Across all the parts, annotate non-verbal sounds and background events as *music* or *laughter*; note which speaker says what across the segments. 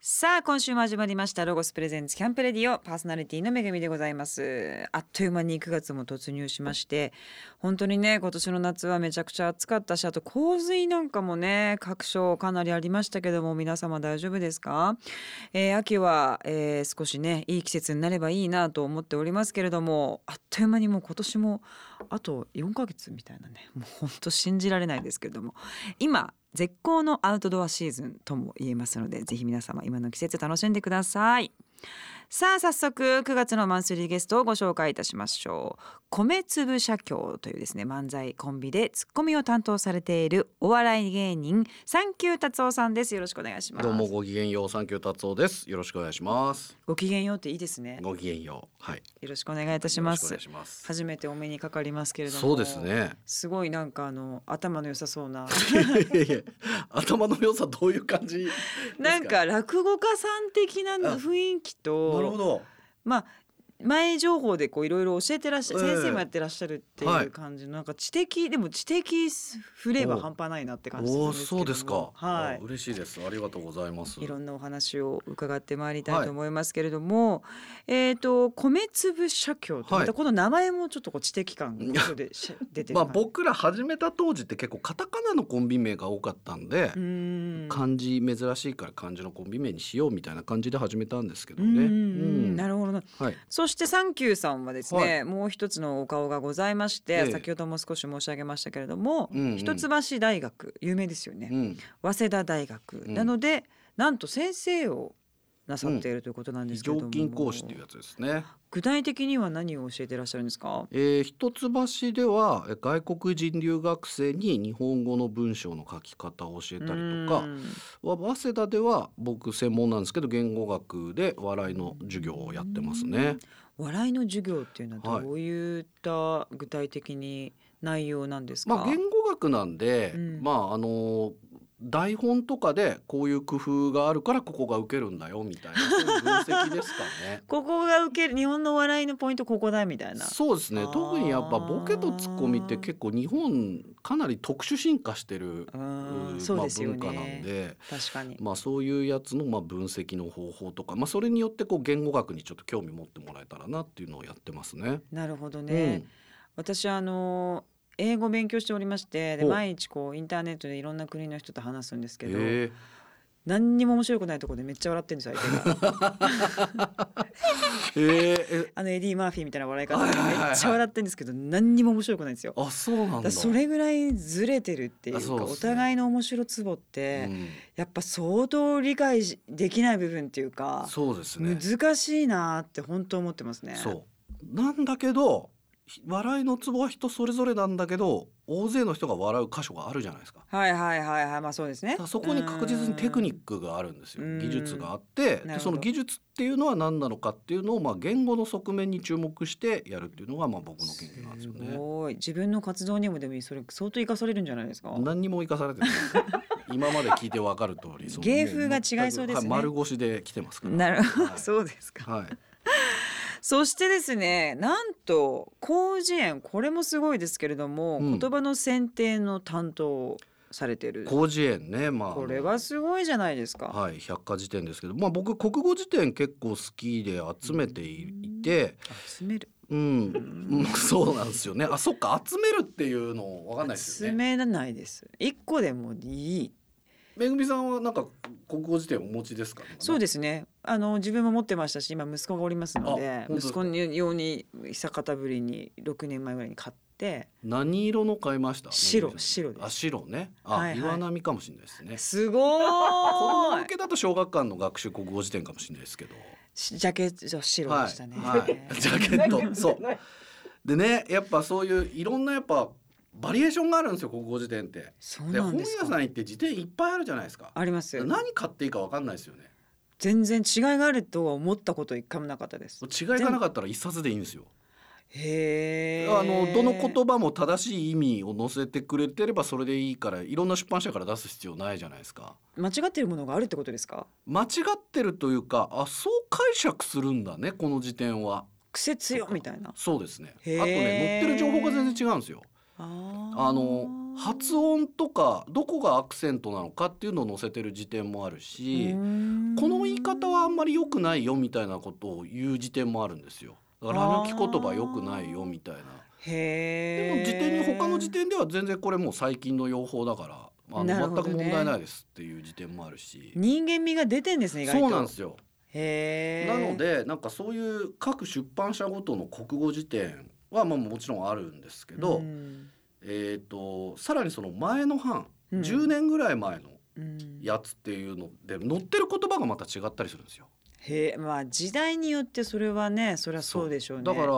Speaker 1: さあ今週も始まりましたロゴスプレゼンツキャンプレディオパーソナリティのめぐみでございますあっという間に9月も突入しまして本当にね今年の夏はめちゃくちゃ暑かったしあと洪水なんかもね各所かなりありましたけども皆様大丈夫ですか、えー秋は、えー少しねいい季節になればいいなと思っておりますけれどもあっという間にもう今年もあと4ヶ月みたいなねもう本当信じられないですけれども今絶好のアウトドアシーズンとも言えますのでぜひ皆様今の季節楽しんでくださいさあ早速9月のマンスリーゲストをご紹介いたしましょう米粒社協というですね漫才コンビでツッコミを担当されているお笑い芸人サンキュー達夫さんですよろしくお願いします
Speaker 2: どうもごきげんよう、サンキュー達夫です。よろしくお願いします。
Speaker 1: ごきげんようっていいですね
Speaker 2: ごきげんよう。はい。
Speaker 1: よろしくお願いいたします
Speaker 2: よろくお願いします。
Speaker 1: 初めてお目にかかりますけれども
Speaker 2: そうです
Speaker 1: *laughs*
Speaker 2: ね。
Speaker 1: すごいなんかあの頭の良さそう
Speaker 2: *laughs*
Speaker 1: な
Speaker 2: いやいや頭の良さどういう感じですか。
Speaker 1: なんか落語家さん的な雰囲気と
Speaker 2: なるほど。
Speaker 1: まあ前情報でこういろいろ教えてらっしゃる、
Speaker 2: ええ
Speaker 1: 先生もやってらっしゃるって
Speaker 2: は
Speaker 1: いう
Speaker 2: い
Speaker 1: 感じの、なんか知的でも知的フレーバー半端ないなって感じする
Speaker 2: お
Speaker 1: ん
Speaker 2: お
Speaker 1: ですけれど
Speaker 2: そう
Speaker 1: も
Speaker 2: ですか。
Speaker 1: は
Speaker 2: あ嬉しいです。ありがとうございます。
Speaker 1: い。いろ
Speaker 2: ん
Speaker 1: んなお話を伺ってまいりたいと思いますけれども、えっ、と米粒社協と
Speaker 2: はい
Speaker 1: またこの名前もちょっとこう知的感が後
Speaker 2: *laughs*
Speaker 1: でし出てる
Speaker 2: まあ
Speaker 1: 感じ
Speaker 2: 僕ら始めた当時って結構カタカナのコンビ名が多かったんで
Speaker 1: う、ーん
Speaker 2: 漢字珍しいから漢字のコンビ名にしようみたいな感じで始めたんですけど
Speaker 1: うーん
Speaker 2: ね。
Speaker 1: な
Speaker 2: る
Speaker 1: るほどな
Speaker 2: ほど。はい。
Speaker 1: そしてサンキューさんはですね、
Speaker 2: は
Speaker 1: もう一つのお顔がございまして、
Speaker 2: ええ
Speaker 1: 先ほども少し申し上げましたけれども、
Speaker 2: うんうん
Speaker 1: 一橋大学有名ですよ
Speaker 2: う
Speaker 1: ね、
Speaker 2: ん。
Speaker 1: 早稲田大学、
Speaker 2: うん
Speaker 1: なのでなんと先生をなさっているということなんで
Speaker 2: 非
Speaker 1: すけれども、
Speaker 2: 常勤講師っていうやつですね。
Speaker 1: 具体的には何を教えてらっしゃるんですか
Speaker 2: えー一橋ではえ外国人留学生に日本語の文章の書き方を教えたりと
Speaker 1: う
Speaker 2: か
Speaker 1: ん
Speaker 2: わ早稲田では僕専門なんですけど言語学で笑いの授業をやってますね。
Speaker 1: 笑いの授業っていうのは
Speaker 2: はい
Speaker 1: どういった具体的に内容なんですか、
Speaker 2: まあ、言語学なんで、
Speaker 1: うん
Speaker 2: まああのー台本とかでこういう工夫があるからここが受けるんだよみたいなそういう分析です
Speaker 1: *laughs*。
Speaker 2: かね
Speaker 1: ここが受ける日本の笑いのポイントここだみたいな
Speaker 2: そうです
Speaker 1: あ
Speaker 2: ね
Speaker 1: ー
Speaker 2: 特にやっぱボケとツッコミって結構日本かなり特殊進化してる、
Speaker 1: う
Speaker 2: うんん
Speaker 1: そう
Speaker 2: まあ
Speaker 1: ですよ
Speaker 2: 文化なん
Speaker 1: ね、
Speaker 2: で。
Speaker 1: 確かに
Speaker 2: まあ、そういうやつのまあ分析の方法とか、まあ、それによってこう言語学にちょっと興味持ってもらえたらなっていうのをやってますね。
Speaker 1: なるほどね、私あの英語勉強しておりましてで
Speaker 2: ほう
Speaker 1: 毎日こうインターネットでいろんな国の人と話すんです
Speaker 2: う
Speaker 1: け
Speaker 2: ん、
Speaker 1: ど、
Speaker 2: え
Speaker 1: 何にも面白くないところでめっちゃ笑ってるんですよ相
Speaker 2: *laughs*
Speaker 1: 手が
Speaker 2: ー、えー、え
Speaker 1: あのエディ・マーフィーみたいな笑い方でめ
Speaker 2: は
Speaker 1: っ
Speaker 2: いはいはいはい
Speaker 1: ちゃ笑ってるんですけど何にも面白くないんですよ。
Speaker 2: あそう
Speaker 1: だ
Speaker 2: なん
Speaker 1: か
Speaker 2: だ。
Speaker 1: らそれぐらいずれてるっていう
Speaker 2: あ
Speaker 1: か
Speaker 2: そうですね
Speaker 1: お互いの面白ツボって、
Speaker 2: うん、
Speaker 1: やっぱ相当理解しできない部分っていうか
Speaker 2: そうですね。
Speaker 1: 難しいなって本当思ってますね。
Speaker 2: そうなんだけどひ笑いのツボは人それぞれなんだけど大勢の人が笑う箇所があるじゃないですか。
Speaker 1: はいはいはいはいまあそうですね
Speaker 2: だか。らそこに確実にテクニックがあるんですよ
Speaker 1: うん
Speaker 2: 技術があって
Speaker 1: なるほど
Speaker 2: でその技術っていうのは何なのかっていうのをまあ言語の側面に注目してやるっていうのがまあ僕の研究なんですよね。
Speaker 1: ごい自分の活動にもでもそれ相当生かされるんじゃないですか。
Speaker 2: 何にも生かされて
Speaker 1: *laughs*
Speaker 2: ない今まで聞いてわかる通りその
Speaker 1: 芸風が違いそうですね
Speaker 2: はい丸腰で来てますから
Speaker 1: なる *laughs* ほど、
Speaker 2: はい
Speaker 1: そうですか。
Speaker 2: はい、
Speaker 1: そしてですね、なんと広辞苑これもすごいですけれども、
Speaker 2: うん
Speaker 1: 言葉の選定の担当をされてる。
Speaker 2: 広辞苑ねまあ
Speaker 1: これはすごいじゃないですか。
Speaker 2: はい百科事典ですけどまあ僕国語辞典結構好きで集めていて
Speaker 1: 集める。
Speaker 2: うん、うん *laughs* そうなんですよねあそっか集めるっていうのわかんないです
Speaker 1: 集
Speaker 2: よね
Speaker 1: めないです。一個でもいい。
Speaker 2: めぐみさんはなんか国語辞典お持ちですか
Speaker 1: そうですすね。あの自分も持ってましたし、今息子がおりますの
Speaker 2: あ
Speaker 1: で、
Speaker 2: 本当です
Speaker 1: 息
Speaker 2: か
Speaker 1: 子に用に久方ぶりに六年前ぐらいに買って、
Speaker 2: 何色の買いました
Speaker 1: 白
Speaker 2: めぐみさん
Speaker 1: 白です
Speaker 2: あ白ねあ、
Speaker 1: はいはい
Speaker 2: 岩波かもしれないですね
Speaker 1: すご
Speaker 2: 子供
Speaker 1: ー
Speaker 2: 向
Speaker 1: い。
Speaker 2: けだと小学館の学習国語辞典かもしれないですけど。
Speaker 1: しジャケット白でしたね。
Speaker 2: はい
Speaker 1: *laughs*
Speaker 2: はい、ジャケット、そう。でね、やっぱそういういろんなやっぱバリエーションがあるんですよ、国語辞典って。
Speaker 1: そう
Speaker 2: で、
Speaker 1: な
Speaker 2: 本
Speaker 1: ん
Speaker 2: 屋
Speaker 1: ですか。
Speaker 2: さん行って辞典いっぱいあるじゃないですか。
Speaker 1: あります。
Speaker 2: 何買っていいかわかんないですよね。
Speaker 1: 全然違いがあるとは思ったこと一回もなかったです。
Speaker 2: 違いがなかったら一冊でいいんですよ。
Speaker 1: へえ。
Speaker 2: あのどの言葉も正しい意味を載せてくれてればそれでいいから、いろんな出版社から出す必要ないじゃないですか。
Speaker 1: 間違ってるものがあるってことですか。
Speaker 2: 間違ってるというか、あ、そう解釈するんだね、この辞典は。
Speaker 1: 癖強みたいな。
Speaker 2: そうですね。あと
Speaker 1: へー
Speaker 2: ね、載ってる情報が全然違うんですよ。
Speaker 1: あー
Speaker 2: あの発音とかどこがアクセントなのかっていうのを載せてる辞典もあるし、こ
Speaker 1: こ
Speaker 2: の言い方はあんまり良くないよみたいなことを言う辞典もあるんですよ。だから
Speaker 1: あ
Speaker 2: 抜
Speaker 1: ー
Speaker 2: き言葉良くないよみたいな。で
Speaker 1: へ
Speaker 2: も
Speaker 1: ー
Speaker 2: 辞典に他の辞典では全然これもう最近の用法だからあ
Speaker 1: なる
Speaker 2: の
Speaker 1: ほ
Speaker 2: 全
Speaker 1: ど
Speaker 2: く
Speaker 1: ね
Speaker 2: 問題ないですっていう辞典もあるし。
Speaker 1: 人間味が出てんですね意外と
Speaker 2: そうなんですよ。
Speaker 1: へ
Speaker 2: な
Speaker 1: ー
Speaker 2: のでなんかそういう各出版社ごとの国語辞典はまあもちろんあるんですけど、
Speaker 1: うん
Speaker 2: えっ、とさらにその前の版、
Speaker 1: うん
Speaker 2: 10年ぐらい前の
Speaker 1: うん
Speaker 2: やつっていうので載ってる言葉がまた違ったりするんですよ。
Speaker 1: へえまあ時代によってそれはねそりゃそうでしょうね
Speaker 2: だから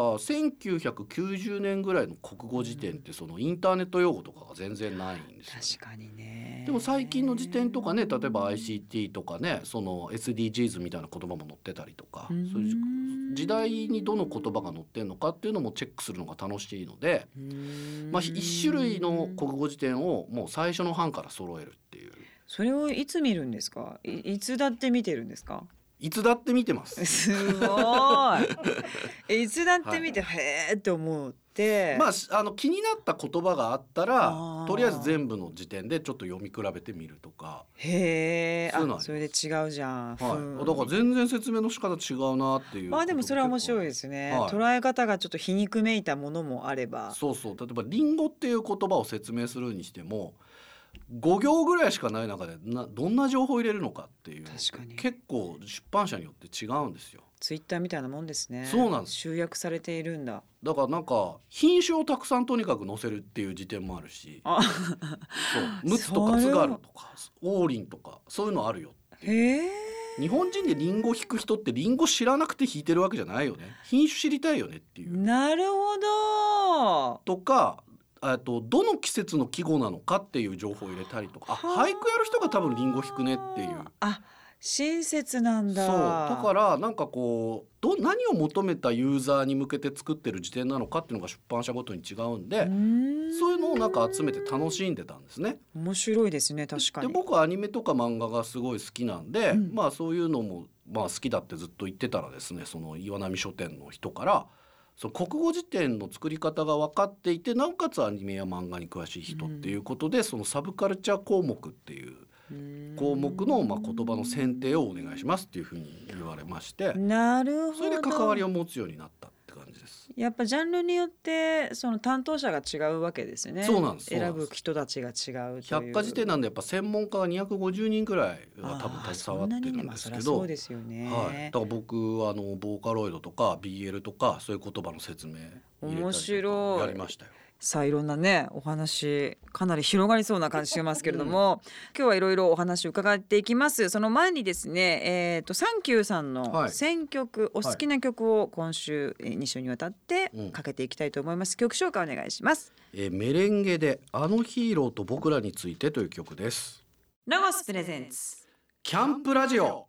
Speaker 2: 1990年ぐらいの国語辞典ってそのインターネット用語とかが全然ないんですよね、
Speaker 1: 確かにね
Speaker 2: でも最近の辞典とかね例えば ICT とかねその SDGs みたいな言葉も載ってたりとか、
Speaker 1: うん
Speaker 2: そういう時代にどの言葉が載ってるのかっていうのもチェックするのが楽しいので、まあ、1種類の
Speaker 1: 国
Speaker 2: 国語辞典をもう最初の版から揃えるっていう
Speaker 1: それをいつ見るんですかいいつだって見てるんです
Speaker 2: *laughs*
Speaker 1: か
Speaker 2: いつだって見てます。
Speaker 1: すごいえいつだって見て、へえって思って
Speaker 2: まあ、しあの気になった言葉があったら
Speaker 1: あー
Speaker 2: とりあえず全部の時点でちょっと読み比べてみるとか、
Speaker 1: へえ
Speaker 2: そういうのありま
Speaker 1: あ
Speaker 2: す
Speaker 1: それで違うじゃん、ふ
Speaker 2: はい、
Speaker 1: ん
Speaker 2: だから全然説明の仕方違うなっていう
Speaker 1: まあでもそれは面白いですすね、
Speaker 2: はい
Speaker 1: 捉え方がちょっと皮肉めいたものもあれば
Speaker 2: そうそう例えば「リンゴ」っていう言葉を説明するにしても5行ぐらいしかない中でなどんな情報を入れるのかっていう
Speaker 1: 確かに
Speaker 2: 結構出版社によって違うんですよ
Speaker 1: ツイッターみたいなもんですね
Speaker 2: そうなんです
Speaker 1: 集約されているんだ
Speaker 2: だからなんか品種をたくさんとにかく載せるっていう時点もあるし
Speaker 1: あ
Speaker 2: そう「陸奥」と
Speaker 1: そ
Speaker 2: か「
Speaker 1: れ
Speaker 2: 津軽」とか「王林」とかそういうのあるよ
Speaker 1: へえ
Speaker 2: 日本人でリンゴ引く人ってリンゴ知らなくて引いてるわけじゃないよね品種知りたいよねっていう。
Speaker 1: なるほど
Speaker 2: とかえっとどの季節の季語なのかっていう情報を入れたりとかあ
Speaker 1: はあ
Speaker 2: 俳句やる人が多分リンゴ引くねっていう。
Speaker 1: あ親切なん
Speaker 2: そう
Speaker 1: だ
Speaker 2: だからなんかこうど何を求めたユーザーに向けて作ってる辞典なのかっていうのが出版社ごとに違うんで、そういうのをなんか集めて楽しんでたんですね。
Speaker 1: 面白いですね確か
Speaker 2: で
Speaker 1: に
Speaker 2: 僕はアニメとか漫画がすごい好きなんで、
Speaker 1: うん
Speaker 2: まあそういうのもまあ好きだってずっと言ってたらですねその岩波書店の人からその国語辞典の作り方が分かっていてなおかつアニメや漫画に詳しい人っていうことで、そのサブカルチャー項目っていう項目のまあ言葉の選定をお願いしますっていうふうに言われまして
Speaker 1: なるほど
Speaker 2: それで関わりを持つようになったって感じです。
Speaker 1: やっぱジャンルによってその担当者が違うわけですよね
Speaker 2: そうなんですそうな
Speaker 1: 選
Speaker 2: んです
Speaker 1: ぶ人たちが違うとい
Speaker 2: 百
Speaker 1: う
Speaker 2: 科事典なんでやっぱ専門家が250人ぐらいは多分携わ
Speaker 1: あーそな
Speaker 2: ってるんですけ
Speaker 1: にねまあそりゃ
Speaker 2: ど
Speaker 1: そうですよね、
Speaker 2: はい、だから僕はあのボーカロイドとか BL とかそういう言葉の説明入れたりとか
Speaker 1: 面白い
Speaker 2: やりましたよ。
Speaker 1: さあいろんなねお話かなり広がりそうな感じしますけれども、今日はいろいろお話伺っていきますその前にですねえっ、とサンキューさん
Speaker 2: は
Speaker 1: の
Speaker 2: い
Speaker 1: 選曲、お好きな曲を今週えー二週にわたって
Speaker 2: うん
Speaker 1: かけていきたいと思います、曲紹介お願いします
Speaker 2: えーメレンゲで「あのヒーローと僕らについて」という曲です。
Speaker 1: ロゴスプレゼンツ
Speaker 2: キャンプラジオ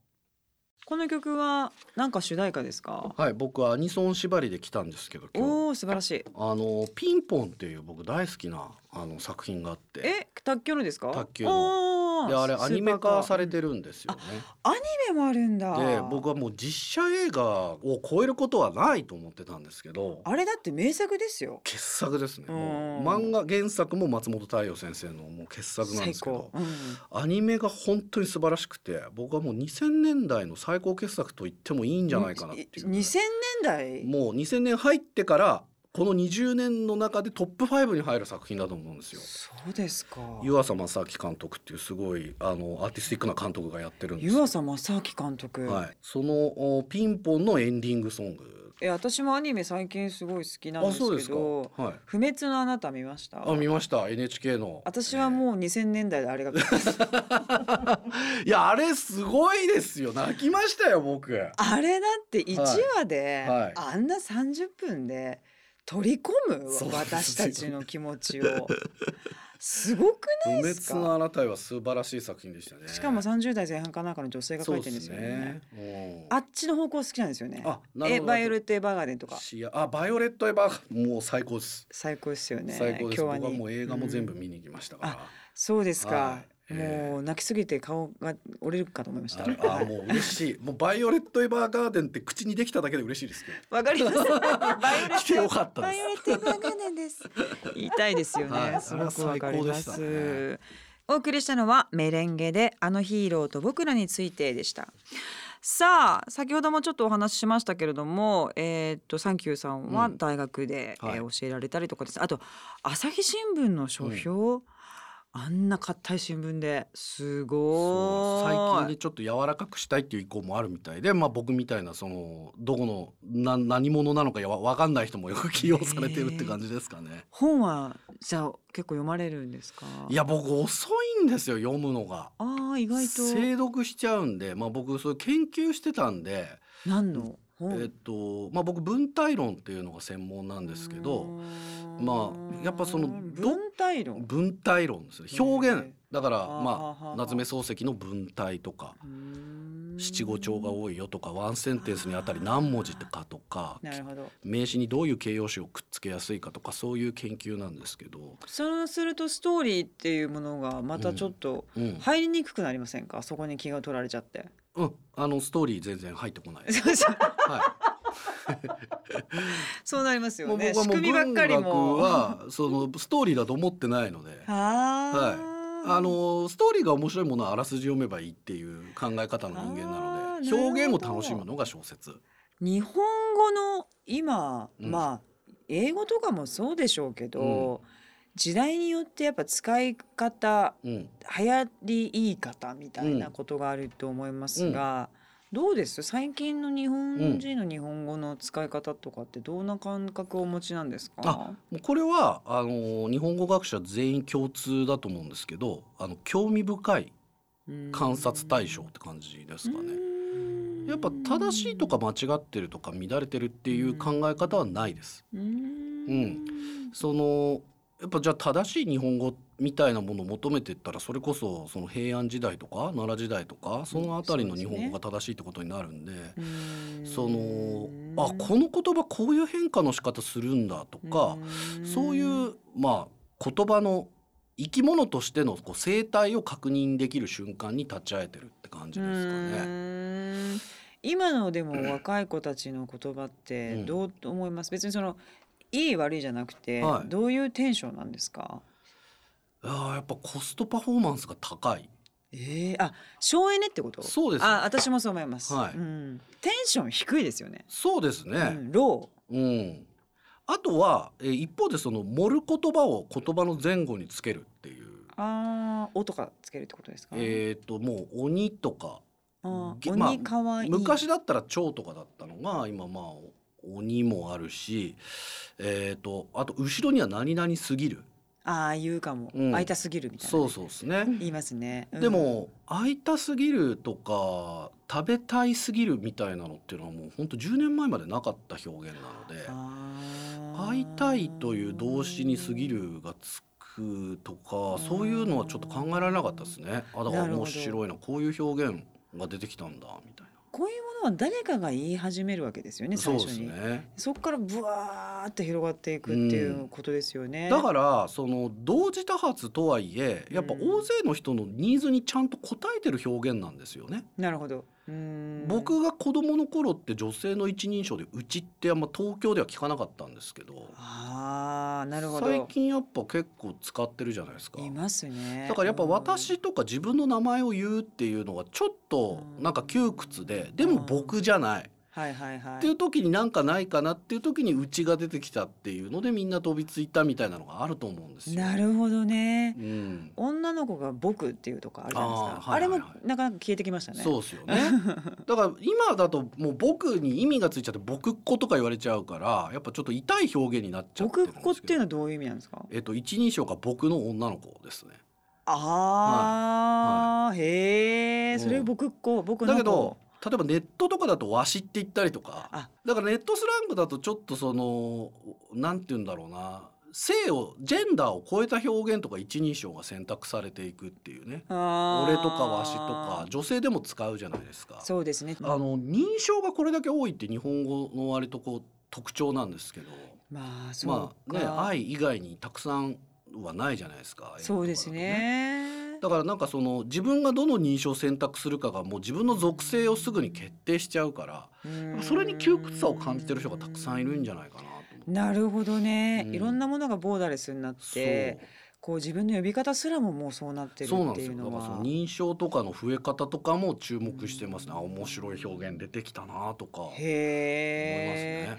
Speaker 1: この曲はなんか主題歌ですか
Speaker 2: はい僕はアニソン縛りで来たんですけど今日
Speaker 1: おお素晴らしい
Speaker 2: あのピンポンっていう僕大好きなあの作品があって
Speaker 1: え卓球のですか
Speaker 2: 卓球のであれアニメ化され
Speaker 1: る
Speaker 2: てるんですよね。
Speaker 1: アニメもあるんだ
Speaker 2: で僕はもう実写映画を超えることはないと思ってたんですけど
Speaker 1: あれだって名作ですよ
Speaker 2: 傑作ですね、
Speaker 1: うん
Speaker 2: もう漫画原作も松本太陽先生のもう傑作なんで
Speaker 1: 最
Speaker 2: すけど
Speaker 1: 高、うん
Speaker 2: アニメが本当に素晴らしくて僕はもう2000年代の最高傑作と言ってもいいんじゃないかなっていうぐらい
Speaker 1: 2000年代
Speaker 2: もう2000年入ってからこの20年の中でトップ5に入る作品だと思うんですよ。
Speaker 1: そうですか
Speaker 2: 湯浅正明監督っていうすごいあのアーティスティックな監督がやってるんです
Speaker 1: 湯
Speaker 2: よ
Speaker 1: 浅正明監督、
Speaker 2: はい、そのおピンポンのエンディングソング
Speaker 1: え私もアニメ最近すごい好きなん
Speaker 2: あ
Speaker 1: で
Speaker 2: そうですす
Speaker 1: け
Speaker 2: か、
Speaker 1: ど
Speaker 2: はい、
Speaker 1: 不滅のあなた見ました
Speaker 2: あ見ました NHK の
Speaker 1: 私は
Speaker 2: う
Speaker 1: もう2000年代であれが
Speaker 2: いやあれすごいですよ泣きましたよ僕
Speaker 1: あれだって1話で、
Speaker 2: はいはい
Speaker 1: あんな30分で取り込む
Speaker 2: そうですよ
Speaker 1: 私たちの気持ちをすごく
Speaker 2: 「不
Speaker 1: ない
Speaker 2: 滅
Speaker 1: です
Speaker 2: の
Speaker 1: か
Speaker 2: あなたへ」は素晴らしい作品でしたね
Speaker 1: しかも30代前半かなんかの女性が書いてるんですよね
Speaker 2: そうですねうん
Speaker 1: あっちの方向好きなんですよね
Speaker 2: あなる
Speaker 1: え
Speaker 2: ほど
Speaker 1: バイオレット・エヴァーガーデンとか
Speaker 2: しあバイオレットエヴァーもう最高です、
Speaker 1: 最高ですよね
Speaker 2: 最高です
Speaker 1: 京ア
Speaker 2: 僕
Speaker 1: ニ
Speaker 2: はもう映画も全部
Speaker 1: うん
Speaker 2: 見に行きましたから、
Speaker 1: そうですか、
Speaker 2: はいえ
Speaker 1: もう泣きすぎて顔が折れるかと思いました。
Speaker 2: ああもう嬉しいもうバイオレット・エヴァーガーデンって口にできただけで嬉しいですけど
Speaker 1: わかります。バイオレ
Speaker 2: 来てよかったです
Speaker 1: オレットエヴァーガーデンです。言いたいですよね。
Speaker 2: はい
Speaker 1: すごくわかりま
Speaker 2: あれは最高
Speaker 1: す。
Speaker 2: で
Speaker 1: お送りしたのはメレンゲであのヒーローと僕らについてでした。さあ先ほどもちょっとお話ししましたけれども、えーっとサンキューさんは
Speaker 2: うん
Speaker 1: 大学で、
Speaker 2: はい
Speaker 1: えー教えられたりとかです。あと朝日新聞の書評、あんな硬い新聞です
Speaker 2: そ
Speaker 1: ご
Speaker 2: う
Speaker 1: い。
Speaker 2: 最近でちょっと柔らかくしたいっていう意向もあるみたいで、まあ、僕みたいなそのどこのな何者なのかやわ分かんない人もよく起用されてるって感じですかね。
Speaker 1: 本はじゃあ結構読まれるんですか。
Speaker 2: いや僕遅いんですよ読むのが。
Speaker 1: ああ意外と
Speaker 2: 精読しちゃうんで、まあ、僕そういう研究してたんで、
Speaker 1: 何の本
Speaker 2: えっとまあ、僕文体論っていうのが専門なんですけど。まあやっぱそのど
Speaker 1: 文体論
Speaker 2: 文体論ですね表現
Speaker 1: へえ
Speaker 2: だから
Speaker 1: はあは
Speaker 2: ま
Speaker 1: あは
Speaker 2: あ
Speaker 1: あ
Speaker 2: 夏目漱石の文体とか
Speaker 1: うーん
Speaker 2: 七五調が多いよとかワンセンテンスにあたり何文字とかとか
Speaker 1: なるほど
Speaker 2: 名詞にどういう形容詞をくっつけやすいかとかそういう研究なんですけど、
Speaker 1: そうするとストーリーっていうものがまたちょっと
Speaker 2: うん
Speaker 1: 入りにくくなりませんか、そこに気が取られちゃ
Speaker 2: *laughs*
Speaker 1: って
Speaker 2: うん、あのストーリー全然入ってこな
Speaker 1: *laughs*
Speaker 2: いです。
Speaker 1: そうそう
Speaker 2: は
Speaker 1: そうなります
Speaker 2: い、
Speaker 1: よね
Speaker 2: 僕は
Speaker 1: 仕
Speaker 2: もう
Speaker 1: 組みばっ
Speaker 2: 文
Speaker 1: かり
Speaker 2: 学
Speaker 1: も *laughs*
Speaker 2: はそのストーリーだと思ってないので、
Speaker 1: は
Speaker 2: あのストーリーが面白いものはあらすじ読めばいいっていう考え方の人間な
Speaker 1: あ
Speaker 2: の
Speaker 1: ーなる
Speaker 2: で、
Speaker 1: ほど
Speaker 2: 表現を楽しむのが小説。
Speaker 1: 日本語の今、
Speaker 2: うん
Speaker 1: まあ英語とかもそうでしょうけど、時代によってやっぱ使い方
Speaker 2: うん、
Speaker 1: 流行り言い方みたいなことがあると思いますが、どうです最近の日本人の日本語の使い方とかってどんな感覚をお持ちなんですか
Speaker 2: あ、もうこれはあの日本語学者全員共通だと思うんですけど、あの興味深い
Speaker 1: うん
Speaker 2: 観察対象って感じですかね。やっぱ正しいとか、間違ってるとか乱れてるっていう考え方はないです。
Speaker 1: うーん
Speaker 2: うそのやっぱじゃあ正しい日本語みたいなものを求めてったらそれこそその平安時代とか奈良時代とかその辺りの日本語が正しいってことになるんで、
Speaker 1: うーん
Speaker 2: そのあこの言葉こういう変化の仕方するんだとか、
Speaker 1: ーん
Speaker 2: そういうまあ言葉の生き物としてのこう生態を確認できる瞬間に立ち会えてるって感じです
Speaker 1: う
Speaker 2: かね。
Speaker 1: ーん今のでも若い子たちの言葉って
Speaker 2: うん
Speaker 1: どう思います、別にそのいい悪いじゃなくて、
Speaker 2: はい
Speaker 1: どういうテンションなんですか
Speaker 2: あーやっぱコストパフォーマンスが高い。
Speaker 1: ええあ省エネってこと
Speaker 2: そうですよ
Speaker 1: あ私もそう思います、
Speaker 2: はい
Speaker 1: うん、テンション低いですよね、
Speaker 2: そうですね。
Speaker 1: うん、ロ
Speaker 2: うん、あとは、えー一方でその盛る言葉を言葉の前後につけるっていう、
Speaker 1: ーあー音がつけるってことですか、
Speaker 2: えっ、ともう鬼とか
Speaker 1: あー
Speaker 2: ぎまあ
Speaker 1: 鬼かわいい、
Speaker 2: 昔だったら蝶とかだったのが今まあ鬼もあるし、えっ、とあと後ろには何々すぎる。
Speaker 1: ああ言うかも、
Speaker 2: うん
Speaker 1: 会いたすぎるみたいな
Speaker 2: そうそうですね。
Speaker 1: 言いますね、うん
Speaker 2: でも会いたすぎるとか食べたいすぎるみたいなのっていうのはもうほんと10年前までなかった表現なので。
Speaker 1: あー
Speaker 2: 会いたいという動詞に過ぎるがつくとかそういうのはちょっと考えられなかったですねあだか
Speaker 1: な
Speaker 2: ら
Speaker 1: るほど
Speaker 2: 面白いなこういう表現が出てきたんだみたい
Speaker 1: こういうものは誰かが言い始めるわけですよね
Speaker 2: なそう
Speaker 1: 最
Speaker 2: で
Speaker 1: 初
Speaker 2: す
Speaker 1: にそ,、こ
Speaker 2: ね
Speaker 1: からブワーって広がっていくっていうことですよね、
Speaker 2: だからその同時多発とはいえやっぱ大勢の人のニーズにちゃんと応えてる表現なんですよね、
Speaker 1: なるほどうーん
Speaker 2: 僕が子供の頃って女性の一人称でうちってあんま東京では聞かなかったんですけど
Speaker 1: ああなるほど
Speaker 2: 最近やっぱ結構使ってるじゃないですか
Speaker 1: いますね
Speaker 2: だからやっぱ
Speaker 1: うん
Speaker 2: 私とか自分の名前を言うっていうのがちょっとなんか窮屈ででも僕じゃない
Speaker 1: はいはいはい
Speaker 2: っていう時になんかないかなっていう時にうちが出てきたっていうのでみんな飛びついたみたいなのがあると思うんですよ。
Speaker 1: なるほどね
Speaker 2: うん、
Speaker 1: 女の子が僕っていうとかあるじゃないですかあ,、
Speaker 2: あーはいはいはい
Speaker 1: れもなかなか消えてきましたね
Speaker 2: そうですよねだから今だともう僕に意味がついちゃって僕っ子とか言われちゃうからやっぱちょっと痛い表現になっちゃってる
Speaker 1: 僕っ
Speaker 2: んですけど
Speaker 1: 子っていうのはどういう意味なんですか
Speaker 2: えっと一人称が僕の女の子ですね
Speaker 1: ああ、へえ
Speaker 2: うん
Speaker 1: それ僕っ子僕の子
Speaker 2: だけど例えばネットとかだとわしって言ったりとか
Speaker 1: あ
Speaker 2: だからネットスラングだとちょっとそのなんて言うんだろうな性をジェンダーを超えた表現とか一人称が選択されていくっていうね
Speaker 1: あー
Speaker 2: 俺とかわしとか女性でも使うじゃないですか。
Speaker 1: そうですね
Speaker 2: あの認証がこれだけ多いって日本語の割とこう特徴なんですけど
Speaker 1: まあそう
Speaker 2: ま
Speaker 1: か、
Speaker 2: あね愛以外にたくさんはないじゃないですか。
Speaker 1: そうですねね。
Speaker 2: だからなんかその自分がどの認証を選択するかがもう自分の属性をすぐに決定しちゃうからそれに窮屈さを感じてる人がたくさんいるんじゃないかなと思って。
Speaker 1: なるほどね、
Speaker 2: うん
Speaker 1: いろんなものがボーダレスになっ
Speaker 2: そう
Speaker 1: てこう自分の呼び方すらももうそうなってる
Speaker 2: そうな
Speaker 1: っ
Speaker 2: ん
Speaker 1: て
Speaker 2: で
Speaker 1: い
Speaker 2: す
Speaker 1: う
Speaker 2: よだ
Speaker 1: の
Speaker 2: からそ
Speaker 1: は
Speaker 2: の認証とかの増え方とかも注目してますね、あ面白い表現出てきたなとか思いますね、
Speaker 1: へえ、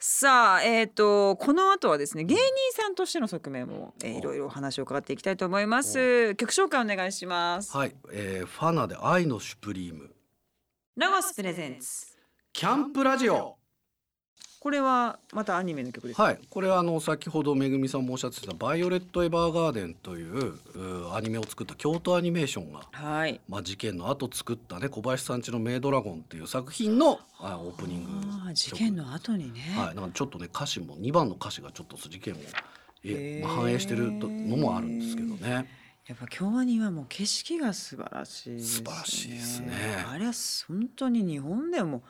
Speaker 1: さあえっ、とこの後はですね芸人さんとしての側面も、えー
Speaker 2: お
Speaker 1: いろいろお話を伺っていきたいと思います曲紹介お願いします、
Speaker 2: はい、えーファナで愛のシュプリーム
Speaker 1: ラゴスプレゼンツ
Speaker 2: キャンプラジオ
Speaker 1: これはまたアニメの曲ですか
Speaker 2: はいこれはあの先ほどめぐみさんもおっしゃってた「バイオレット・エヴァーガーデン」といううーアニメを作った京都アニメーションが、
Speaker 1: はい
Speaker 2: まあ、事件の後作ったね小林さんちの「メイドラゴン」っていう作品のあオープニング
Speaker 1: あー
Speaker 2: 曲
Speaker 1: 事件の後にね、
Speaker 2: はい、なんかちょっとね歌詞も2番の歌詞がちょっと事件をえ
Speaker 1: へー
Speaker 2: まあ反映してるとのもあるんですけどね。
Speaker 1: やっぱ京アニはもう景色が素晴らしいです、ね、
Speaker 2: 素晴らしいですね
Speaker 1: あれは本当に日本でも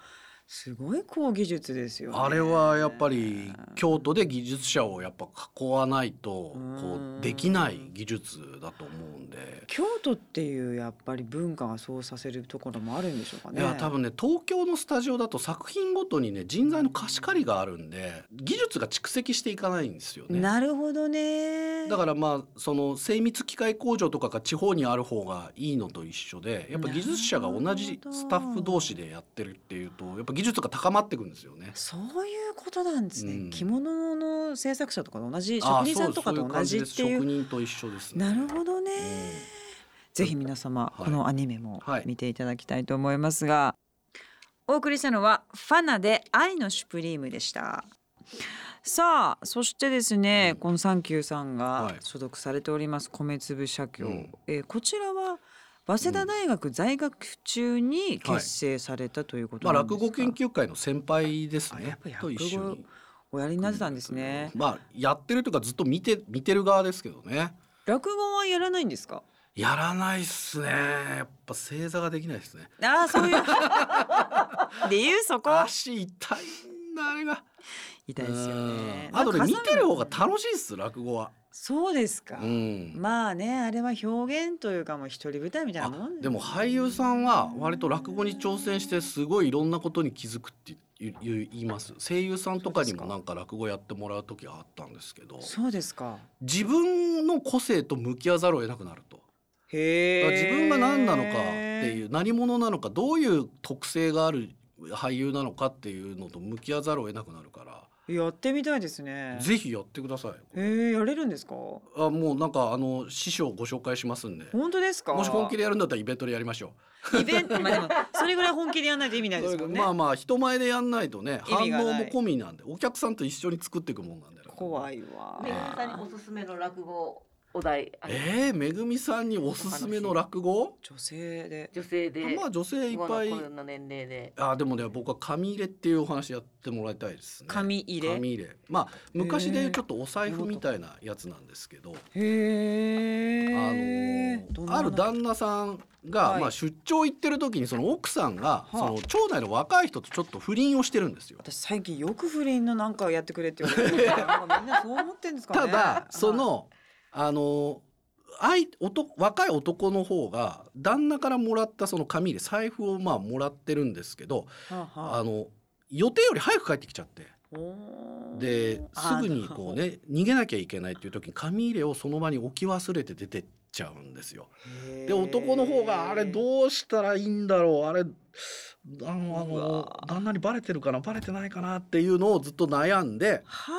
Speaker 1: すごい高技術ですよ、ね、
Speaker 2: あれはやっぱり京都で技術者をやっぱ囲わないとこ
Speaker 1: うん
Speaker 2: うできない技術だと思うんで。
Speaker 1: 京都っていうやっぱり文化がそうさせるところもあるんでしょうか
Speaker 2: い
Speaker 1: ね
Speaker 2: や多分ね東京のスタジオだと作品ごとにね人材の貸し借りがあるんで技術が蓄積していかないんですよね。
Speaker 1: なるほどね
Speaker 2: だからまあその精密機械工場とかが地方にある方がいいのと一緒でやっぱ技術者が同じスタッフ同士でやってるっていうとやっぱ技術が高まってくんですよね。
Speaker 1: そういうことなんですね、
Speaker 2: うん
Speaker 1: 着物の制作者とかと同じ職
Speaker 2: ああ
Speaker 1: 人さんと
Speaker 2: そうそ
Speaker 1: か
Speaker 2: うい
Speaker 1: と
Speaker 2: う
Speaker 1: 同
Speaker 2: 感
Speaker 1: じ
Speaker 2: じ
Speaker 1: っ
Speaker 2: で
Speaker 1: て
Speaker 2: す
Speaker 1: いう
Speaker 2: 職人と一緒ですね。
Speaker 1: なるほどね、
Speaker 2: うん
Speaker 1: ぜひ皆様
Speaker 2: はい
Speaker 1: このアニメも
Speaker 2: はい
Speaker 1: 見ていただきたいと思いますが、お送りしたのはファナで愛のシュプリームでしたさあそしてですね、
Speaker 2: うん
Speaker 1: このサンキューさん
Speaker 2: は
Speaker 1: が
Speaker 2: い
Speaker 1: 所属されております米粒社協、
Speaker 2: うん
Speaker 1: えーこちらは早稲田大学在学中に
Speaker 2: はい
Speaker 1: 結成されたということ
Speaker 2: まあ
Speaker 1: なんです
Speaker 2: 落
Speaker 1: か、
Speaker 2: 語研究会の先輩です
Speaker 1: あやっ
Speaker 2: ね
Speaker 1: ぱ落。語
Speaker 2: と一緒に。
Speaker 1: おやりになってたんですね
Speaker 2: まあやってるというかずっと見て見てる側ですけどね。
Speaker 1: 落語はやらないんですか
Speaker 2: やらないっすね。やっぱ正座ができないですね。
Speaker 1: ああそういう *laughs* 理由そ
Speaker 2: *laughs*
Speaker 1: こ
Speaker 2: 足痛いんだあれが。
Speaker 1: 痛いですよね
Speaker 2: うんあとね
Speaker 1: なん
Speaker 2: 見
Speaker 1: か
Speaker 2: てる方が楽しいっす落語は。
Speaker 1: そうですか、
Speaker 2: うん。
Speaker 1: まあねあれは表現というかもう一人舞台みたいな
Speaker 2: あ
Speaker 1: もん
Speaker 2: でも俳優さんは割と落語に挑戦してすごいいろんなことに気づくって言う言います声優さんとかにもなんか落語やってもらう時があったんですけど
Speaker 1: そうですか
Speaker 2: 自分の個性と向き合わざるを得なくなるとだ
Speaker 1: へえ
Speaker 2: から自分が何なのかっていうう何者なのかどういう特性がある俳優なのかっていうのと向き合わざるを得なくなるか
Speaker 1: やってみたいです
Speaker 2: ら
Speaker 1: ね
Speaker 2: ぜひやってください
Speaker 1: へえやれるんですか本
Speaker 2: あもうなんかあの師匠ご紹介しますんで
Speaker 1: 当ですか
Speaker 2: もし本気でやるんだったらイベントでやりましょう
Speaker 1: イベントまあでもそれぐらい本気でやんないと意味ないですもんね、
Speaker 2: まあまあ人前でやんないとね
Speaker 1: 意
Speaker 2: 反
Speaker 1: 味がない
Speaker 2: 応も込みなんでお客さんと一緒に作っていくもんなんだよ
Speaker 1: 怖
Speaker 2: い
Speaker 1: いわ
Speaker 3: めぐみさんにおすすめの落語お題あります
Speaker 2: えー、めぐみさんにおすすめの落語
Speaker 1: 女性で
Speaker 3: 女性で
Speaker 2: まあ女性いっ
Speaker 3: 今
Speaker 2: ぱい
Speaker 3: のこの年齢で
Speaker 2: あでもね僕は紙入れっていうお話やってもらいたいですね
Speaker 1: 紙入れ
Speaker 2: 紙入れまあ昔でいうちょっとお財布みたいなやつなんですけど、
Speaker 1: へ
Speaker 2: あ
Speaker 1: え
Speaker 2: のある旦那さんが、
Speaker 1: はい
Speaker 2: まあ、出張行ってる時にその奥さんが、
Speaker 1: あ
Speaker 2: その町内の若い人とちょっと不倫をしてるんですよ。
Speaker 1: 私最近よく不倫のなんかやってくれって言われてるからなんかみんなそう思ってんですかね
Speaker 2: ただそ
Speaker 1: はい
Speaker 2: のあのあい男若い男の方が旦那からもらったその紙で財布をまあもらってるんですけど、
Speaker 1: はあはあ
Speaker 2: あの予定より早く帰ってきちゃって
Speaker 1: おー
Speaker 2: ですぐにこう。ね逃げなきゃいけないっていう時に紙入れをその場に置き忘れて出てっちゃうんですよ。で男の方があれ
Speaker 1: う
Speaker 2: どうしたらいいんだろうあれあのあ
Speaker 1: う
Speaker 2: の
Speaker 1: わ
Speaker 2: 旦那にバレてるかなバレてないかなっていうのをずっと悩んで。
Speaker 1: は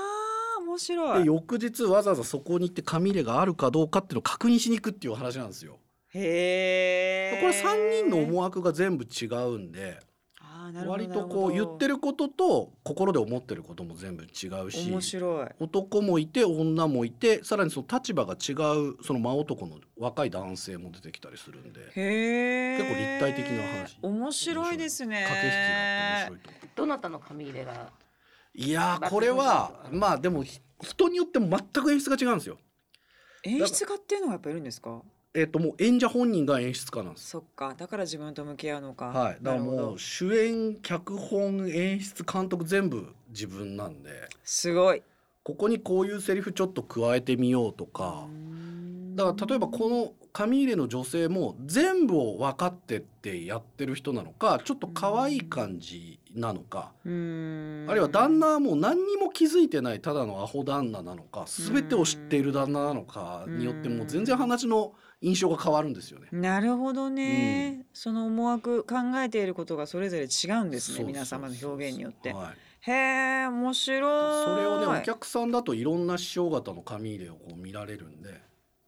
Speaker 1: あ面白
Speaker 2: で
Speaker 1: い。
Speaker 2: 翌日わざわざそこに行って紙入れがあるかどうかっていうのを確認しに行くっていう話なんですよ。
Speaker 1: へえ。
Speaker 2: これ3人の
Speaker 1: い。
Speaker 2: 思惑が全部違うんで
Speaker 1: あーなるほど
Speaker 2: 割とこう言って
Speaker 1: る
Speaker 2: ることと心で思ってることも全部違う
Speaker 1: ほど面
Speaker 2: し
Speaker 1: 白い。
Speaker 2: 男もいて女もいてさらにその立場が違うその真男の若い男性も出てきたりするんで駆
Speaker 1: へえ。
Speaker 2: 結構立体的な話
Speaker 1: 面白いですね。
Speaker 2: け引きがあって面白いと思
Speaker 3: どなたの紙入れが
Speaker 2: う。いやーこれはまあでもひ人によっても全く演出が違うんですよ。
Speaker 1: 演出家っていうのがやっぱいるんですか。
Speaker 2: えっ、ともう演者本人が演出家なんです。
Speaker 1: そっか。だから自分と向き合うのか。
Speaker 2: はい、だか
Speaker 1: な
Speaker 2: ら
Speaker 1: る
Speaker 2: も
Speaker 1: ほど
Speaker 2: う主演脚本演出監督全部自分なんです
Speaker 1: ごい。
Speaker 2: ここにこういうセリフちょっと加えてみようとか
Speaker 1: うーん
Speaker 2: だから例えばこの紙入れの女性も全部を分かってってやってる人なのかちょっと可愛い感じなのか、
Speaker 1: うん
Speaker 2: あるいは旦那はもう何にも気づいてないただのアホ旦那なのか全てを知っている旦那なのかによってもう全然話の印象が変わるんですよね。
Speaker 1: なるほどね、その思惑考えていることがそれぞれ違うんですね
Speaker 2: そうそうそう
Speaker 1: 皆様の表現によって、
Speaker 2: はい
Speaker 1: へえ面白い
Speaker 2: それをねお客さんだといろんな師匠方の紙入れをこう見られるんで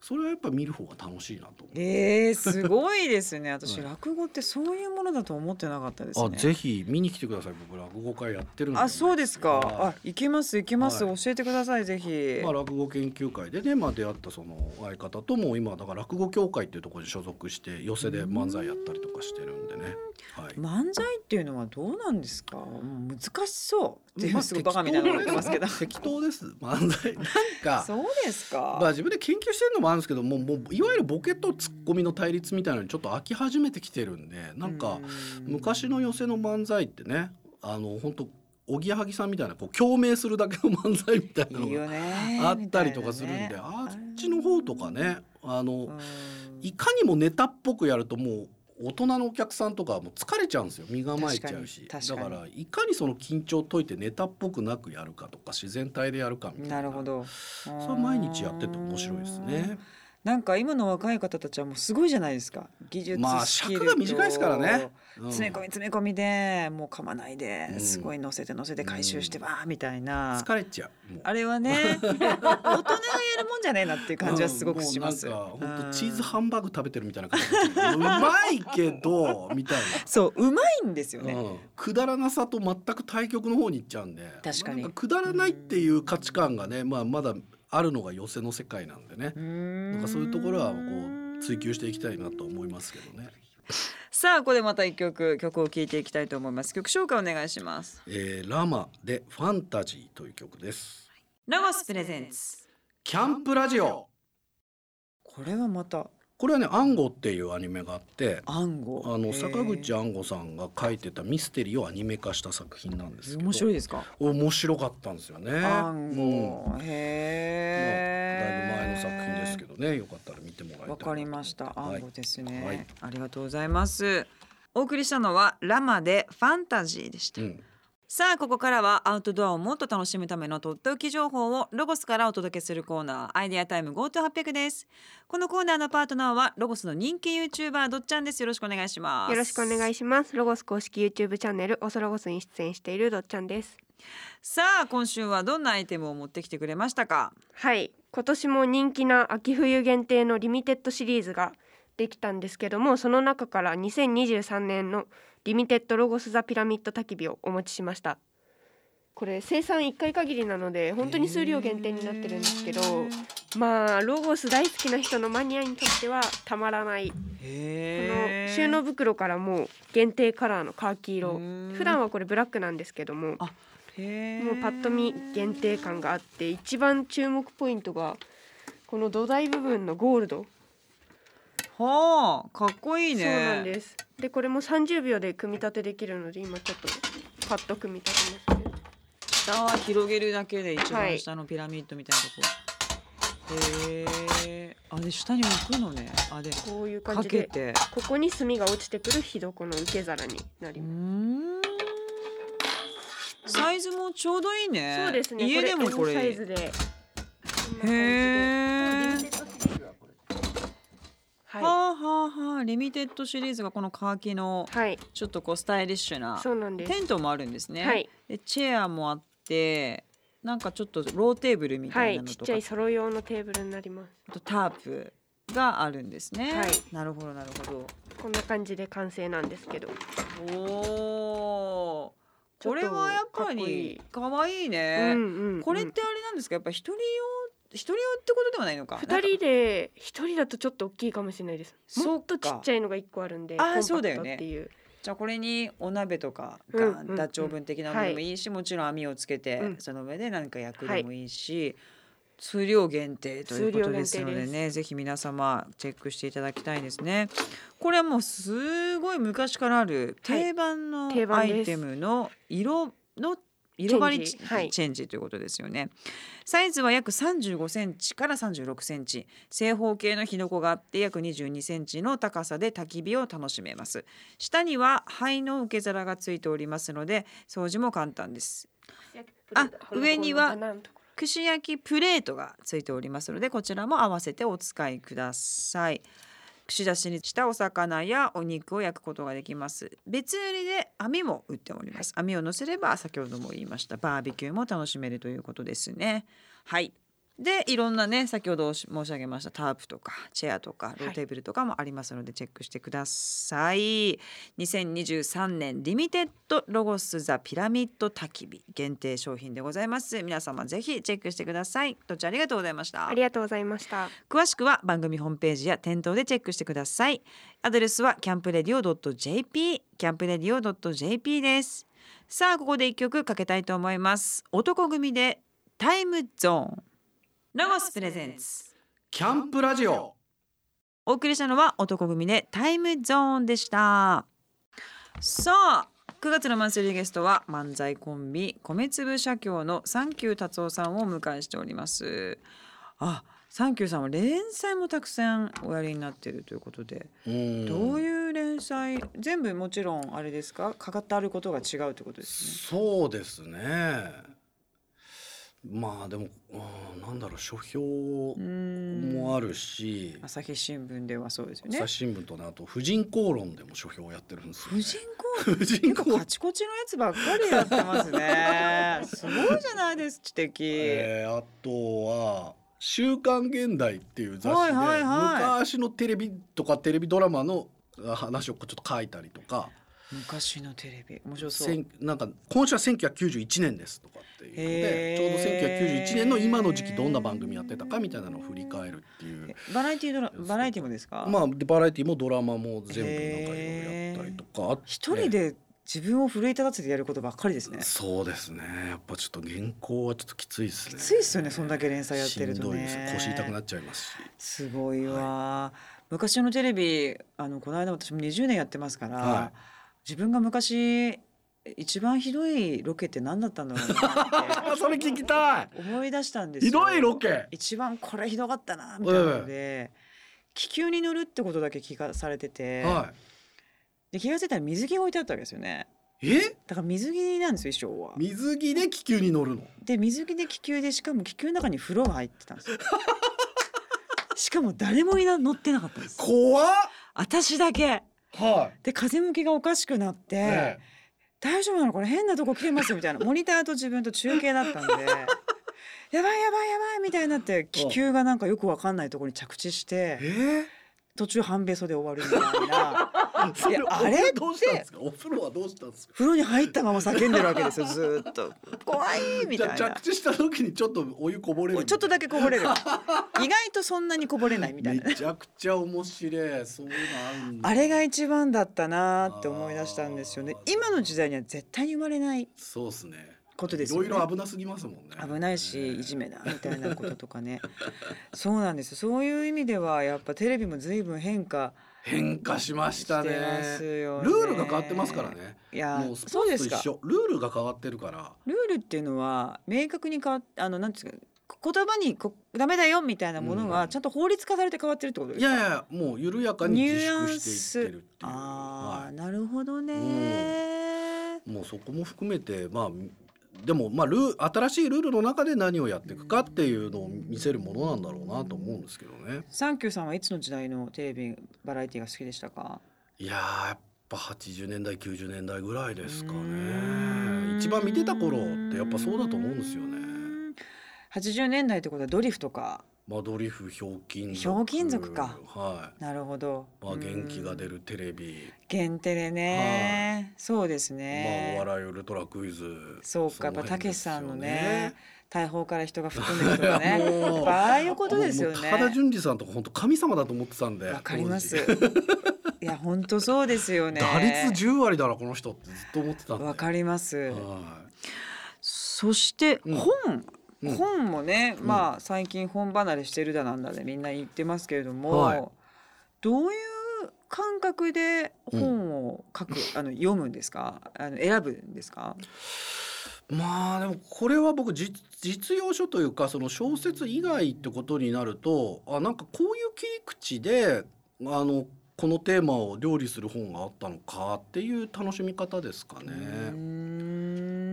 Speaker 2: それはやっぱ見る方が楽しいなと思う
Speaker 1: えー、すごいです
Speaker 2: *laughs*
Speaker 1: ね私、
Speaker 2: はい
Speaker 1: 落語ってそういうものだと思ってなかったですね
Speaker 2: あぜひ見に来てください僕落語会やってるんで、
Speaker 1: あそうですか、
Speaker 2: は
Speaker 1: あ行けます行けます、
Speaker 2: はい
Speaker 1: 教えてくださいぜひ、
Speaker 2: いまあ、落語研究会でね、まあ、出会ったその相方とも今だから落語協会っていうところに所属して寄席で漫才やったりとかしてるんでね、はい、
Speaker 1: 漫才っていうのはどうなんですかうん難しそう全部
Speaker 2: まあ
Speaker 1: すごいバカみたいなこと言ってますけど
Speaker 2: *laughs* 適当です漫
Speaker 1: *laughs*
Speaker 2: 才なんか
Speaker 1: そうですか、
Speaker 2: まあ自分で研究してるのもあるんですけどもうもういわゆるボケとツッコミの対立みたいなのにちょっと飽き始めてきてるんでなんか、
Speaker 1: うん
Speaker 2: 昔の寄席の漫才ってねあの本当おぎやはぎさんみたいなこう共鳴するだけの漫才みたいない
Speaker 1: い
Speaker 2: の
Speaker 1: よ
Speaker 2: が
Speaker 1: ね
Speaker 2: あったりとかするんで、
Speaker 1: みたいな
Speaker 2: あ
Speaker 1: ね
Speaker 2: っちの方とかねあの、
Speaker 1: うん
Speaker 2: いかにもネタっぽくやるともう大人のお客さんとかはもう疲れちゃうんですよ身構えちゃうし
Speaker 1: 確かに確か
Speaker 2: だ
Speaker 1: に
Speaker 2: からいかにその緊張を解いてネタっぽくなくやるかとか自然体でやるかみたいな
Speaker 1: なるほど
Speaker 2: それは毎日やってて面白いですね
Speaker 1: なんか今の若い方たちはもうすごいじゃないですか技術
Speaker 2: まあ
Speaker 1: スキル
Speaker 2: 尺が短いですからね
Speaker 1: と詰め込み詰め込みでもう噛まないで、
Speaker 2: うん
Speaker 1: すごい乗せて乗せて回収して
Speaker 2: う
Speaker 1: わーみたいな、
Speaker 2: 疲れちゃうもう
Speaker 1: あれは
Speaker 2: *laughs*
Speaker 1: ね大人がやるもんじゃねえなっていう感じはすごくします、
Speaker 2: うんもうなん
Speaker 1: う
Speaker 2: か本
Speaker 1: ん
Speaker 2: 当チーズハンバーグ食べてるみたいな感じ。うまいけどみたい
Speaker 1: そううまいんですよ
Speaker 2: な、
Speaker 1: ね、
Speaker 2: うんくだらなさと全く対極の方に行っちゃうんで。
Speaker 1: 確かに
Speaker 2: まあなんくだらないっていう価値観がね、まあまだあるのが寄せの世界なんでね。
Speaker 1: な
Speaker 2: なんかそういうところはこう追求していきたいなと思いますけどね。
Speaker 1: さあここでまた一曲曲を聴いていきたいと思います曲紹介お願いします
Speaker 2: えーラマでファンタジーという曲です。
Speaker 1: ラゴスプレゼンツ
Speaker 2: キャンプラジオ。
Speaker 1: これはまた
Speaker 2: これはね、アンゴっていうアニメがあって。
Speaker 1: 暗号
Speaker 2: あの坂口
Speaker 1: あ
Speaker 2: 安吾さんが書いてたミステリーをアニメ化した作品なんですけど
Speaker 1: 面白いですか
Speaker 2: 面白かったんですよね。
Speaker 1: 暗
Speaker 2: うん
Speaker 1: 号、へえ、
Speaker 2: だいぶ前の作品ですけどねよかったら見てもらいたいな
Speaker 1: わ
Speaker 2: と
Speaker 1: かりました暗号ですね、
Speaker 2: はい
Speaker 1: ありがとうございますお送りしたのはラマでファンタジーでした、
Speaker 2: うん、
Speaker 1: さあここからはアウトドアをもっと楽しむためのとっておき情報をロゴスからお届けするコーナーアイデアタイム GoTo800 ですこのコーナーのパートナーはロゴスの人気 YouTuber どっちゃんですよろしくお願いします
Speaker 4: よろしくお願
Speaker 1: い
Speaker 4: いします。ロゴス公式 YouTube チャンネルおそロゴスに出演しているどっちゃんです。
Speaker 1: さあ今週はどんなアイテムを持ってきてくれましたか
Speaker 4: はい、今年も人気な秋冬限定のリミテッドシリーズができたんですけども、その中から2023年のリミテッドロゴスザピラミッド焚き火をお持ちしました。これ生産1回限りなので本当に数量限定になってるんですけど、まあロゴス大好きな人のマニアにとってはたまらないこ
Speaker 1: へ
Speaker 4: の
Speaker 1: え
Speaker 4: 収納袋からもう限定カラーのカーキ色
Speaker 1: うん
Speaker 4: 普段はこれブラックなんですけどもも
Speaker 1: も
Speaker 4: うパッと見限定感があって一番注目ポイントがこの土台部分のゴールド
Speaker 1: はあかっこいいね
Speaker 4: そうなんですでこれも30秒で組み立てできるので今ちょっとパッと組み立てますね
Speaker 1: 下は広げるだけで一
Speaker 4: は
Speaker 1: 番
Speaker 4: い
Speaker 1: 下のピラミッドみたいなとこ、へえあで下に置くのねあで
Speaker 4: こういう感
Speaker 1: か
Speaker 4: じ
Speaker 1: け
Speaker 4: で
Speaker 1: て
Speaker 4: ここに炭が落ちてくる火床の受け皿にな
Speaker 1: う
Speaker 4: り
Speaker 1: ー
Speaker 4: ます
Speaker 1: んサイズもちょうどいいね
Speaker 4: そうですね
Speaker 1: 家でもこ
Speaker 4: M サ
Speaker 1: れ
Speaker 4: イズでこんな感じ
Speaker 1: へ
Speaker 4: で
Speaker 1: えは
Speaker 4: は
Speaker 1: あはあはあリミテッドシリーズがこのカーキの
Speaker 4: い、はい、
Speaker 1: ちょっとこうスタイリッシュな
Speaker 4: そうなんです
Speaker 1: テントもあるんですね、
Speaker 4: はい、
Speaker 1: でチェアもあってなんかちょっとローテーブルみ
Speaker 4: は、
Speaker 1: たいないの
Speaker 4: ちっ
Speaker 1: と
Speaker 4: ち
Speaker 1: か
Speaker 4: ゃいソロ用のテーブルになります
Speaker 1: あとタープがあるんですね。
Speaker 4: はい
Speaker 1: なるほどなるほ
Speaker 4: こんな感じで完成なんですけど
Speaker 1: ど。おお。これはやっぱり
Speaker 4: ち
Speaker 1: 可愛いね、
Speaker 4: うんうんうん
Speaker 1: これってあれなんですか。やっぱ一人用一人用ってことではないのか。
Speaker 4: 二
Speaker 1: なん
Speaker 4: 人
Speaker 1: か
Speaker 4: で一人だとちょっと大きいかもしれないです
Speaker 1: そっか
Speaker 4: もっとちっちゃいのが一個あるん
Speaker 1: あ
Speaker 4: で
Speaker 1: ー
Speaker 4: コンパクト
Speaker 1: そうだよね
Speaker 4: っていう
Speaker 1: じゃあこれにお鍋とか
Speaker 4: うん
Speaker 1: が
Speaker 4: うん
Speaker 1: ダチョウ分的なのでもいいし、もちろん網をつけて、
Speaker 4: うん
Speaker 1: その上で何か焼くでもいいし。数量限定ということですので
Speaker 4: 数量限
Speaker 1: ねぜひ皆様チェックしていただきたいですねこれはもうすごい昔からある
Speaker 4: はい
Speaker 1: 定番の
Speaker 4: 定
Speaker 1: ア
Speaker 4: 番です
Speaker 1: イテムの色の色張りチ
Speaker 4: チェンジはい
Speaker 1: ェンジということですよね。サイズは約35センチから36センチ正方形の火の粉があって約22センチの高さで焚き火を楽しめます下には灰の受け皿がついておりますので掃除も簡単ですあ上には串焼きプレートがついておりますのでこちらも合わせてお使いください串出しにしたお魚やお肉を焼くことができます別売りで網も売っております網を乗せれば先ほども言いましたバーベキューも楽しめるということですねはいでいろんなね先ほど申し上げましたタープとかチェアとかローテーブルとかもありますのでチェックしてください、2023年リミテッドロゴスザピラミッド焚き火限定商品でございます皆様ぜひチェックしてくださいどっちありがとうございました
Speaker 4: ありがとうございました
Speaker 1: 詳しくは番組ホームページや店頭でチェックしてくださいアドレスはキャンプレディオ .jp キャンプレディオ .jp ですさあここで一曲かけたいと思います男組でタイムゾーンロゴスプレゼンツ
Speaker 2: キャンプラジオ
Speaker 1: お送りしたのは男組でタイムゾーンでしたさあ9月のマンスリーゲストは漫才コンビ米粒社協のサンキュー達夫さんをお迎えしておりますあ、サンキューさんは連載もたくさんおやりになっているということで、どう
Speaker 2: う
Speaker 1: いう連載全部もちろんあれですかかかってあることが違うということですね
Speaker 2: そうですねまあでもうんなんだろう書評
Speaker 1: うーん
Speaker 2: もあるし、
Speaker 1: 朝日新聞ではそうですよね
Speaker 2: 朝日新聞とねあと婦人公論でも書評をやってるんですよ、
Speaker 1: 婦
Speaker 2: ね、
Speaker 1: 人
Speaker 2: 婦人
Speaker 1: 公
Speaker 2: 公
Speaker 1: カチコチのやつばっかりやってます
Speaker 2: *laughs*
Speaker 1: ねすごいじゃないです知的、
Speaker 2: えーあとは「週刊現代」っていう雑誌
Speaker 1: はい
Speaker 2: で、
Speaker 1: はいはい
Speaker 2: 昔のテレビとかテレビドラマのあ話をちょっと書いたりとか
Speaker 1: 昔のテレビ面白そう
Speaker 2: せんなんか今週は1991年ですとかっていうの
Speaker 1: へ
Speaker 2: で
Speaker 1: ー
Speaker 2: ちょうど1991年の今の時期どんな番組やってたかみたいなのを振り返るっていう
Speaker 1: えバラエティドラバラエティもですか、
Speaker 2: まあでバラエティもドラマも全部なんかいろいろやったりとかあと
Speaker 1: 一人で自分を奮い立たせてやることばっかりですね
Speaker 2: そうですねやっぱちょっと原稿はちょっときついですね
Speaker 1: きついっすよねそんだけ連載やってるとね
Speaker 2: しんどいです腰痛くなっちゃいますし
Speaker 1: すごいわ、昔のテレビあのこの間私も20年やってますから、
Speaker 2: は
Speaker 1: 自分が昔一番ひどいロケって何だったんだろうな
Speaker 2: あ
Speaker 1: っ
Speaker 2: *laughs* それ聞きたい
Speaker 1: て思い出したんですよ
Speaker 2: ひどいロケ
Speaker 1: 一番これひどかったなみたいなので、気球に乗るってことだけ聞かされてて、
Speaker 2: は
Speaker 1: で気が付いたら水着が置いてあったわけですよね
Speaker 2: い。え？
Speaker 1: だから水着なんですよ衣装は。
Speaker 2: 水着で気球に乗るの？
Speaker 1: で水着で気球でしかも気球の中に風呂が入ってたんですよ。しかも誰もいな乗ってなかったんです。
Speaker 2: 怖っ。
Speaker 1: 私だけ
Speaker 2: は
Speaker 1: で風向きがおかしくなって、
Speaker 2: い。ね
Speaker 1: 大丈夫なのこれ変なとこ来てますよみたいなモニターと自分と中継だったんで。やばいやばいやばいみたいになって気球がなんかよくわかんないところに着地して
Speaker 2: ええ
Speaker 1: 途中半べそで終わるみたいな
Speaker 2: *laughs* それ
Speaker 1: いや
Speaker 2: お
Speaker 1: あ
Speaker 2: 風
Speaker 1: れ
Speaker 2: 呂どうしたんですか？お風呂はどうしたんですか？
Speaker 1: 風呂に入ったまま叫んでるわけですよずーっと怖いみ
Speaker 2: じ
Speaker 1: たい
Speaker 2: ゃ
Speaker 1: な
Speaker 2: あ着地した時にちょっとお湯こぼれる。
Speaker 1: ちょっとだけこぼれる意外とそんなにこぼれないみたい
Speaker 2: め *laughs*
Speaker 1: な
Speaker 2: ちゃくちゃ面白い。そういうのあるんだ
Speaker 1: あれが一番だったなーって思い出したんですよね
Speaker 2: あー
Speaker 1: 今の時代には絶対に生まれない
Speaker 2: そうですね。
Speaker 1: ことです
Speaker 2: い
Speaker 1: よ
Speaker 2: ろ
Speaker 1: ね
Speaker 2: いろ危なすぎますもんね。
Speaker 1: 危ないしいじめだみたいなこととかね *laughs* そうなんですそういう意味ではやっぱテレビも随分変化
Speaker 2: 変化しましたね。
Speaker 1: してますよね
Speaker 2: ルールが変わってますからね。
Speaker 1: いや
Speaker 2: もうスポ
Speaker 1: そうで
Speaker 2: ーツ
Speaker 1: す
Speaker 2: と
Speaker 1: か
Speaker 2: 一緒。ルールが変わってるから。
Speaker 1: ルールっていうのは明確に変わっあのなんていうんですか言葉にこダメだよみたいなもの
Speaker 2: う
Speaker 1: が
Speaker 2: ん
Speaker 1: ちゃんと法律化されて変わってるってことで
Speaker 2: い
Speaker 1: すか、
Speaker 2: やいやもう緩やかに
Speaker 1: ニ
Speaker 2: 自
Speaker 1: ュアン
Speaker 2: 粛し
Speaker 1: ス
Speaker 2: ていってるっていう。
Speaker 1: ああ、
Speaker 2: はい
Speaker 1: なるほどね、
Speaker 2: もうそこも含めてまあでもまあルー新しいルールの中で何をやっていくかっていうのを見せるものなんだろうなと思うんですけどね。
Speaker 1: サンキューさんはいつの時代のテレビバラエティが好きでしたか
Speaker 2: いやーやっぱ80年代90年代ぐらいですか
Speaker 1: うー
Speaker 2: ね。
Speaker 1: ん
Speaker 2: 一番見てた頃ってやっぱそうだと思うんですよね。
Speaker 1: 80年代ってことはドリフとか
Speaker 2: まあドリフひょうきん族
Speaker 1: ひょうきん族か
Speaker 2: は
Speaker 1: なるほど、
Speaker 2: い。まあ元気が出
Speaker 1: る
Speaker 2: るテレビ、
Speaker 1: 元テレね、そうですね、
Speaker 2: まあお笑いウルトラクイズ。
Speaker 1: そうかやっ
Speaker 2: の
Speaker 1: ぱた
Speaker 2: 辺
Speaker 1: け
Speaker 2: で
Speaker 1: し
Speaker 2: すよ
Speaker 1: さんのね。大砲から人が吹っ飛んでるとか
Speaker 2: *laughs* いや
Speaker 1: ね
Speaker 2: もう
Speaker 1: やっぱああいうことですよ
Speaker 2: もう
Speaker 1: ね
Speaker 2: 高田純次さんとか本当神様だと思ってたんで。
Speaker 1: わかります
Speaker 2: 当時
Speaker 1: *laughs* いや本当そうですよね
Speaker 2: 打率十割だなこの人ってずっと思ってたんで。
Speaker 1: わかります
Speaker 2: は
Speaker 1: そして
Speaker 2: うん
Speaker 1: 本、
Speaker 2: い。うん
Speaker 1: 本もね、
Speaker 2: うん
Speaker 1: まあ最近本離れしてるだなんだでみんな言ってますけれども、
Speaker 2: はい
Speaker 1: どういう感覚で本を書く、あの読むんですかあの選ぶんですか
Speaker 2: まあでもこれは僕実実用書というかその小説以外ってことになるとあなんかこういう切り口であのこのテーマを料理する本があったのかっていう楽しみ方ですかね。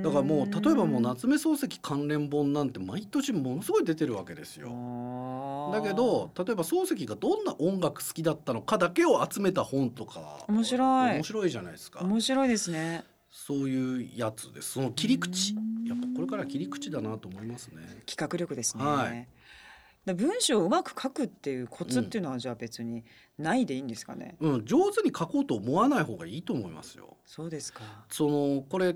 Speaker 2: だからもう例えばもう夏目漱石関連本なんて毎年ものすごい出てるわけですよ。
Speaker 1: よ
Speaker 2: だけど例えば漱石がどんな音楽好きだったのかだけを集めた本とか
Speaker 1: 面白い
Speaker 2: 面白いじゃないですか。
Speaker 1: 面白いですね
Speaker 2: そういうやつです。その切り口。やっぱこれから切り口だなと思いますね。
Speaker 1: 企画力ですね、
Speaker 2: はい
Speaker 1: だ文章をうまく書くっていうコツっていうのはじゃあ別にないでいいんですかね、
Speaker 2: うん、上手に書こうと思わない方がいいと思いますよ。
Speaker 1: そうですか
Speaker 2: そのこれ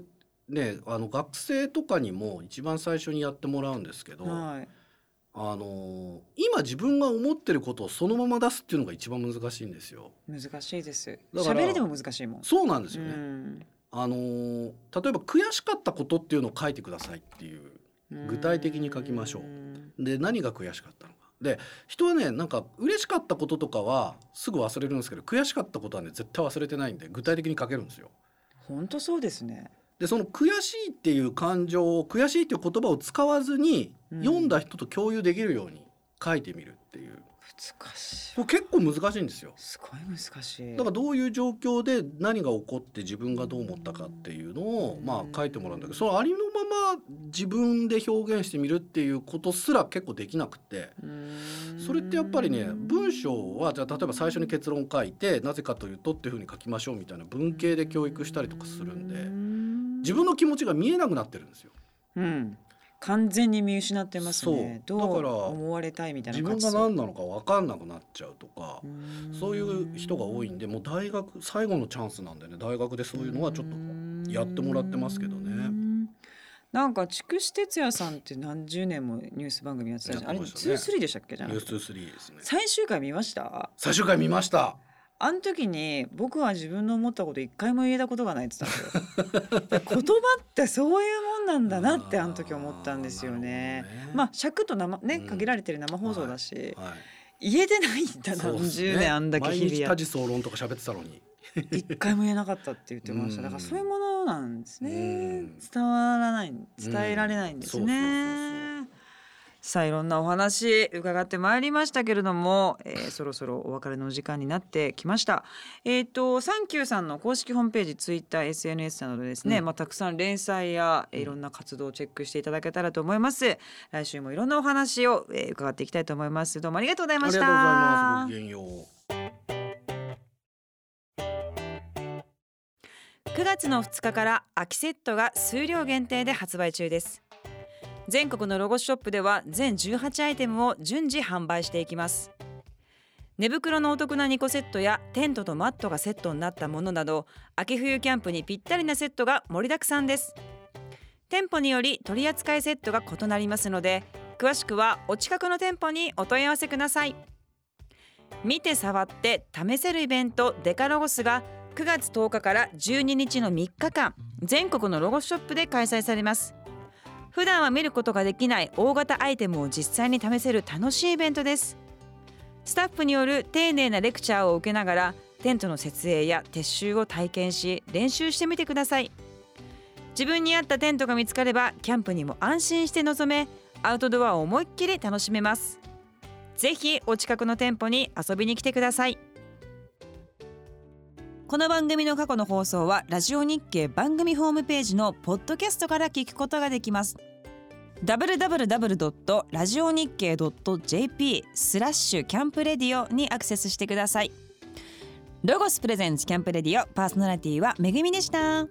Speaker 2: ね、あの学生とかにも一番最初にやってもらうんですけど、
Speaker 1: はい
Speaker 2: あの今自分が思ってることをそのまま出すっていうのが一番難しいんですよ。
Speaker 1: 難しいです
Speaker 2: だから
Speaker 1: 喋りでも難しいもん
Speaker 2: そうなんですよね。
Speaker 1: ん
Speaker 2: あの例えば悔しかったことっていうのを書いてくださいっていう具体的に書きましょうんで何が悔しかったのかで人はねなんか嬉しかったこととかはすぐ忘れるんですけど悔しかったことはね絶対忘れてないんで具体的に書けるんですよ。
Speaker 1: 本当そうですね
Speaker 2: でその悔しいっていう感情を悔しいっていう言葉を使わずに、
Speaker 1: うん
Speaker 2: 読んだ人と共有できるように書いてみるっていう
Speaker 1: 難しい
Speaker 2: これ結構難しいんですよ。
Speaker 1: すごい難しい
Speaker 2: だからどういう状況で何が起こって自分がどう思ったかっていうのを
Speaker 1: うん
Speaker 2: まあ書いてもらうんだけどそのありのまま自分で表現してみるっていうことすら結構できなくてそれってやっぱりね文章はじゃあ例えば最初に結論書いてなぜかというとっていうふうに書きましょうみたいな文系で教育したりとかするんで
Speaker 1: ん
Speaker 2: 自分の気持ちが見えなくなってるんですよ。
Speaker 1: うん完全に見失ってますね
Speaker 2: そう
Speaker 1: どう
Speaker 2: だから
Speaker 1: 思われたいみたいな
Speaker 2: 自分が何なのか分かんなくなっちゃうとか、そういう人が多いん
Speaker 1: で
Speaker 2: でもう大学最後のチャンスなんでね大学でそういうのはちょっとやってもらってますけどね
Speaker 1: なんか筑紫哲也さんって何十年もニュース番組やってたじゃん、
Speaker 2: やっ
Speaker 1: あ
Speaker 2: て
Speaker 1: れ
Speaker 2: ましたね
Speaker 1: 23でしたっけじゃ
Speaker 2: 「
Speaker 1: な
Speaker 2: ニュ
Speaker 1: く
Speaker 2: ー
Speaker 1: て
Speaker 2: ス3ですね
Speaker 1: 最終回見ました
Speaker 2: 最終回見ました
Speaker 1: あの時に僕は自分の思ったこと一回も言えたことがないって言ったんですよだから言葉って
Speaker 2: *laughs*
Speaker 1: そういうもんなんだなってあの時思ったんですよね
Speaker 2: あーなるほど
Speaker 1: まあ尺と生ね
Speaker 2: うん
Speaker 1: 限られてる生放送だし、
Speaker 2: はい
Speaker 1: 言えてないんだ
Speaker 2: そう
Speaker 1: 何
Speaker 2: ですね
Speaker 1: 十年あんだけ日々
Speaker 2: 毎日
Speaker 1: や
Speaker 2: 多
Speaker 1: って
Speaker 2: 事総論とか喋ってたのに
Speaker 1: 一回も言えなかったって言ってまし
Speaker 2: う
Speaker 1: た
Speaker 2: ん
Speaker 1: だからそういうものなんですね
Speaker 2: うん
Speaker 1: 伝わらない伝えられないんです
Speaker 2: うん
Speaker 1: ねさあいろんなお話伺ってまいりましたけれども、えーそろそろお別れのお時間になってきましたえっ、とサンキューさんの公式ホームページツイッター SNS などでですね、
Speaker 2: うん
Speaker 1: まあたくさん連載やえーいろんな活動をチェックしていただけたらと思います来週もいろんなお話を、えー伺っていきたいと思いますどうもありがとうござい
Speaker 2: あ
Speaker 1: ま
Speaker 2: り
Speaker 1: し
Speaker 2: がとう
Speaker 1: た
Speaker 2: ございますごきげんよう
Speaker 1: 9月の2日から秋セットが数量限定で発売中です全国のロゴスショップでは全18アイテムを順次販売していきます寝袋のお得な2個セットやテントとマットがセットになったものなど秋冬キャンプにぴったりなセットが盛りだくさんです店舗により取り扱いセットが異なりますので詳しくはお近くの店舗にお問い合わせください見て触って試せるイベントデカロゴスが9月10日から12日の3日間全国のロゴスショップで開催されます普段は見ることができない大型アイテムを実際に試せる楽しいイベントですスタッフによる丁寧なレクチャーを受けながらテントの設営や撤収を体験し練習してみてください自分に合ったテントが見つかればキャンプにも安心して臨めアウトドアを思いっきり楽しめますぜひお近くの店舗に遊びに来てくださいこの番組の過去の放送はラジオ日経番組ホームページのポッドキャストから聞くことができます www.radionickei.jp スラッシュキャンプレディオにアクセスしてくださいロゴスプレゼンツキャンプレディオパーソナリティはめぐみでした